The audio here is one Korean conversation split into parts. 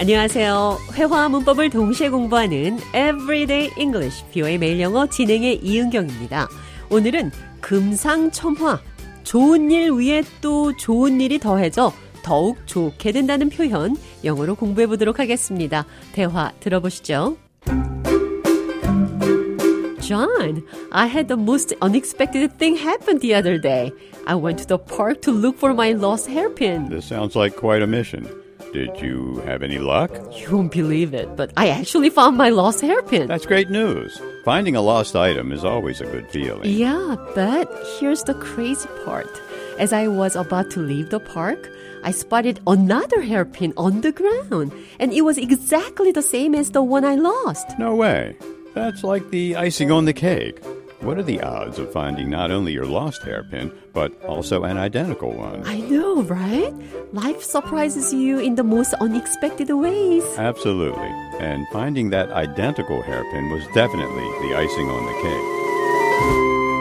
안녕하세요. 회화와 문법을 동시에 공부하는 Everyday English, 비오의 매일 영어 진행의 이은경입니다. 오늘은 금상첨화, 좋은 일 위에 또 좋은 일이 더해져 더욱 좋게 된다는 표현 영어로 공부해 보도록 하겠습니다. 대화 들어보시죠. John, I had the most unexpected thing happen the other day. I went to the park to look for my lost hairpin. This sounds like quite a mission. Did you have any luck? You won't believe it, but I actually found my lost hairpin. That's great news. Finding a lost item is always a good feeling. Yeah, but here's the crazy part. As I was about to leave the park, I spotted another hairpin on the ground, and it was exactly the same as the one I lost. No way. That's like the icing on the cake. What are the odds of finding not only your lost hairpin, but also an identical one? I know, right? Life surprises you in the most unexpected ways. Absolutely. And finding that identical hairpin was definitely the icing on the cake.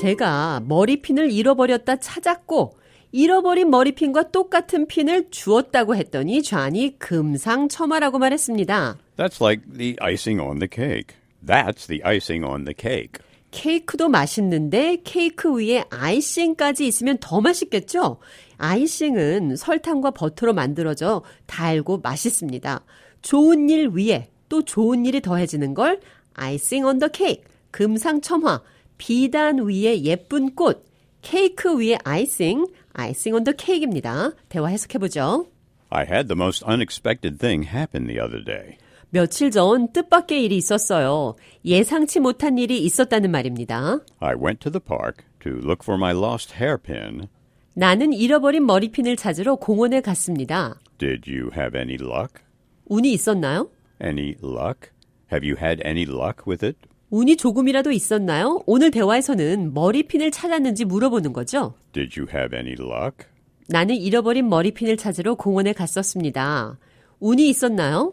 제가 머리핀을 잃어버렸다 찾았고 잃어버린 머리핀과 똑같은 핀을 주었다고 했더니 좌니 금상첨화라고 말했습니다. That's like the icing on the cake. That's the icing on the cake. 케이크도 맛있는데 케이크 위에 아이싱까지 있으면 더 맛있겠죠? 아이싱은 설탕과 버터로 만들어져 달고 맛있습니다. 좋은 일 위에 또 좋은 일이 더해지는 걸 아이싱 on the cake, 금상첨화, 비단 위에 예쁜 꽃, 케이크 위에 아이싱, 아이싱 on the cake입니다. 대화 해석해보죠. I had the most unexpected thing happen the other day. 며칠 전 뜻밖의 일이 있었어요. 예상치 못한 일이 있었다는 말입니다. I went to the park to look for my lost hairpin. 나는 잃어버린 머리핀을 찾으러 공원에 갔습니다. Did you have any luck? 운이 있었나요? Any luck? Have you had any luck with it? 운이 조금이라도 있었나요? 오늘 대화에서는 머리핀을 찾았는지 물어보는 거죠. Did you have any luck? 나는 잃어버린 머리핀을 찾으러 공원에 갔었습니다. 운이 있었나요?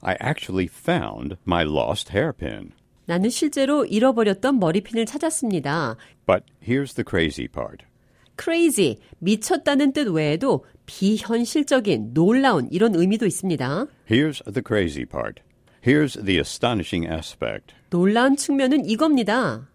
I actually found my lost hairpin. 나는 실제로 잃어버렸던 머리핀을 찾았습니다. But here's the crazy part. crazy, 미쳤다는 뜻 외에도 비현실적인, 놀라운 이런 의미도 있습니다. Here's the crazy part. Here's the astonishing aspect. 놀라운 측면은 이겁니다.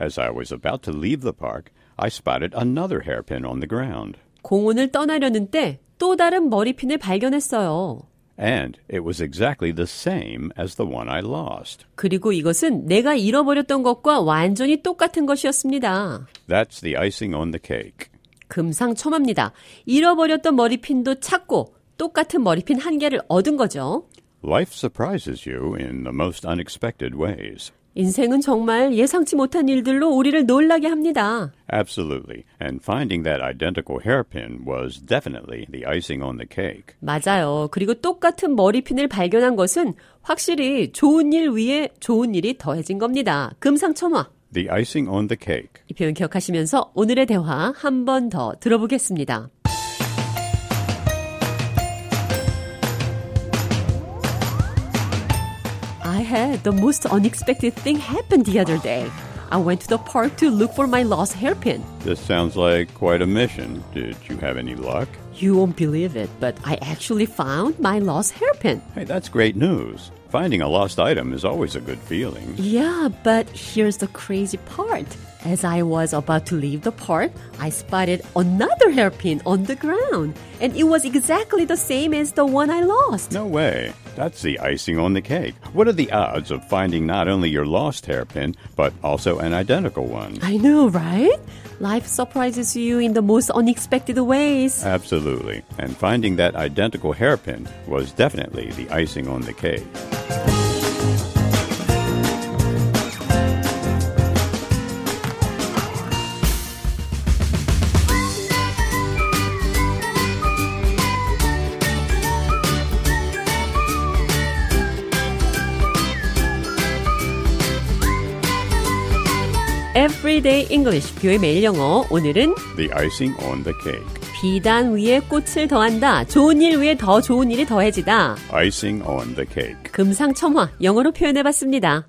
As I was about to leave the park, I spotted another hairpin on the ground. 공원을 떠나려는 때 또 다른 머리핀을 발견했어요. And it was exactly the same as the one I lost. 그리고 이것은 내가 잃어버렸던 것과 완전히 똑같은 것이었습니다. That's the icing on the cake. 금상첨화입니다. 잃어버렸던 머리핀도 찾고 똑같은 머리핀 한 개를 얻은 거죠. Life surprises you in the most unexpected ways. 인생은 정말 예상치 못한 일들로 우리를 놀라게 합니다. Absolutely. And finding that identical hairpin was definitely the icing on the cake. 맞아요. 그리고 똑같은 머리핀을 발견한 것은 확실히 좋은 일 위에 좋은 일이 더해진 겁니다. 금상첨화. The icing on the cake. 이 표현 기억하시면서 오늘의 대화 한 번 더 들어보겠습니다. I had the most unexpected thing happen the other day. I went to the park to look for my lost hairpin. This sounds like quite a mission. Did you have any luck? You won't believe it, but I actually found my lost hairpin. Hey, that's great news. Finding a lost item is always a good feeling. Yeah, but here's the crazy part. As I was about to leave the park, I spotted another hairpin on the ground, and it was exactly the same as the one I lost. No way. That's the icing on the cake. What are the odds of finding not only your lost hairpin, but also an identical one? I know, right? Life surprises you in the most unexpected ways. Absolutely. And finding that identical hairpin was definitely the icing on the cake. Everyday English, 뷰의 매일 영어. 오늘은 The icing on the cake. 비단 위에 꽃을 더한다. 좋은 일 위에 더 좋은 일이 더해지다. Icing on the cake. 금상첨화, 영어로 표현해봤습니다.